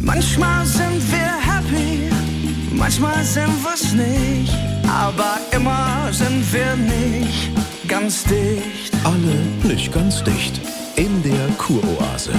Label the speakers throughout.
Speaker 1: Manchmal sind wir happy, manchmal sind wir's nicht, aber immer sind wir nicht ganz dicht.
Speaker 2: Alle nicht ganz dicht. In der Kuroase.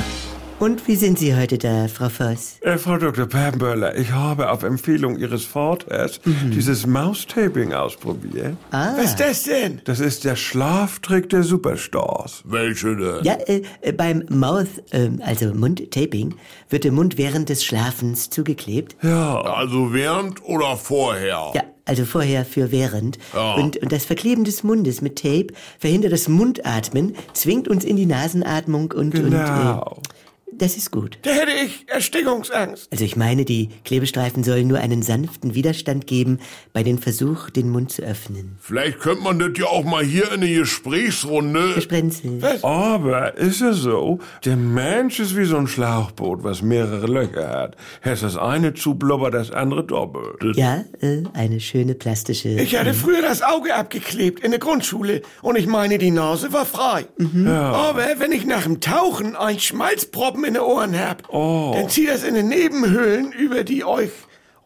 Speaker 3: Und wie sind Sie heute da, Frau Voss?
Speaker 4: Äh, Frau Dr. Pernböller, ich habe auf Empfehlung Ihres Vaters dieses Mouse-Taping ausprobiert.
Speaker 5: Was ist das denn?
Speaker 4: Das ist der Schlaftrick der Superstars.
Speaker 5: Welche denn?
Speaker 3: Ja, äh, äh, beim Mouth, ähm, also Mundtaping, wird der Mund während des Schlafens zugeklebt.
Speaker 5: Also während oder vorher?
Speaker 3: Ja, also vorher für während. Und, und das Verkleben des Mundes mit Tape verhindert das Mundatmen, zwingt uns in die Nasenatmung und... und
Speaker 4: Genau.
Speaker 3: äh, das ist gut.
Speaker 5: Da hätte ich Erstickungsangst.
Speaker 3: Also ich meine, die Klebestreifen sollen nur einen sanften Widerstand geben bei dem Versuch, den Mund zu öffnen.
Speaker 5: Vielleicht könnte man das ja auch mal hier in eine Gesprächsrunde.
Speaker 3: Herr Sprenzel.
Speaker 5: Äh.
Speaker 4: Aber ist es so, der Mensch ist wie so ein Schlauchboot, was mehrere Löcher hat. Erst das eine zu blubber, das andere doppelt.
Speaker 3: Ja, äh, eine schöne plastische...
Speaker 5: Ich
Speaker 4: Mhm.
Speaker 5: hatte früher das Auge abgeklebt in der Grundschule und ich meine, die Nase war frei.
Speaker 4: Mhm.
Speaker 5: Aber wenn ich nach dem Tauchen ein Schmalzproppen in den Ohren hab,
Speaker 4: Oh.
Speaker 5: dann zieht das in den Nebenhöhlen, über die euch,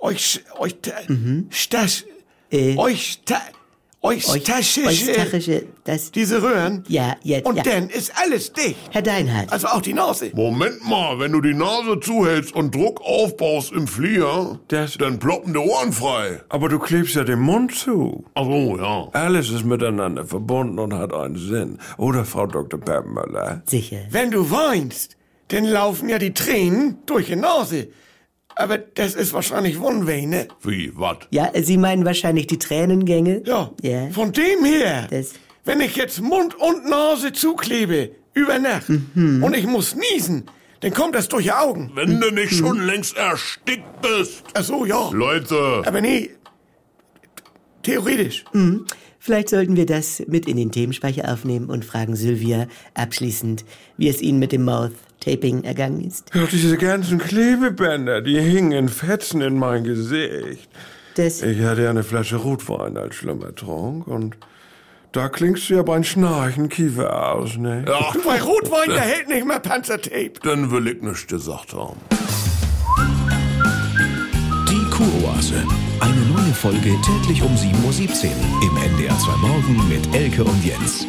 Speaker 5: euch, euch, Stas,
Speaker 3: Äh.
Speaker 5: euch, ta, euch,
Speaker 3: Euch-
Speaker 5: euch
Speaker 3: Eustachische, das...
Speaker 5: diese Röhren.
Speaker 3: Ja, jetzt,
Speaker 5: Und
Speaker 3: ja.
Speaker 5: dann ist alles dicht.
Speaker 3: Herr Deinhardt.
Speaker 5: Also auch die Nase.
Speaker 6: Moment mal, wenn du die Nase zuhältst und Druck aufbaust im Flieger,
Speaker 4: Das-
Speaker 6: dann ploppen die Ohren frei.
Speaker 4: Aber du klebst ja den Mund zu.
Speaker 6: Ach so, ja.
Speaker 4: Alles ist miteinander verbunden und hat einen Sinn. Oder Frau Dr. Pernböller?
Speaker 3: Sicher.
Speaker 5: Wenn du weinst, dann laufen ja die Tränen durch die Nase. Aber das ist wahrscheinlich ne? Wundweine.
Speaker 6: Wie, wat?
Speaker 3: Ja, Sie meinen wahrscheinlich die Tränengänge?
Speaker 5: Ja.
Speaker 3: Ja.
Speaker 5: Von dem her,
Speaker 3: Das-
Speaker 5: wenn ich jetzt Mund und Nase zuklebe, über Nacht,
Speaker 3: Mhm.
Speaker 5: und ich muss niesen, dann kommt das durch die Augen.
Speaker 6: Wenn du nicht schon längst erstickt bist.
Speaker 5: Ach so, ja.
Speaker 6: Leute,
Speaker 5: Aber nee, theoretisch.
Speaker 3: Vielleicht sollten wir das mit in den Themenspeicher aufnehmen und fragen Sylvia abschließend, wie es Ihnen mit dem Mouth-Taping ergangen ist.
Speaker 4: Ja, diese ganzen Klebebänder, die hingen in Fetzen in mein Gesicht.
Speaker 3: Das,
Speaker 4: Ich hatte ja eine Flasche Rotwein als Schlummertrunk und da klingst du ja beim Schnarchen Kiefer aus, ne?
Speaker 6: ja,
Speaker 5: Bei Rotwein, da hält nicht mehr Panzertape.
Speaker 6: dann will ich nichts gesagt haben.
Speaker 2: Die Kuroase. Eine neue Folge täglich um 7.17 Uhr im NDR 2 Morgen mit Elke und Jens.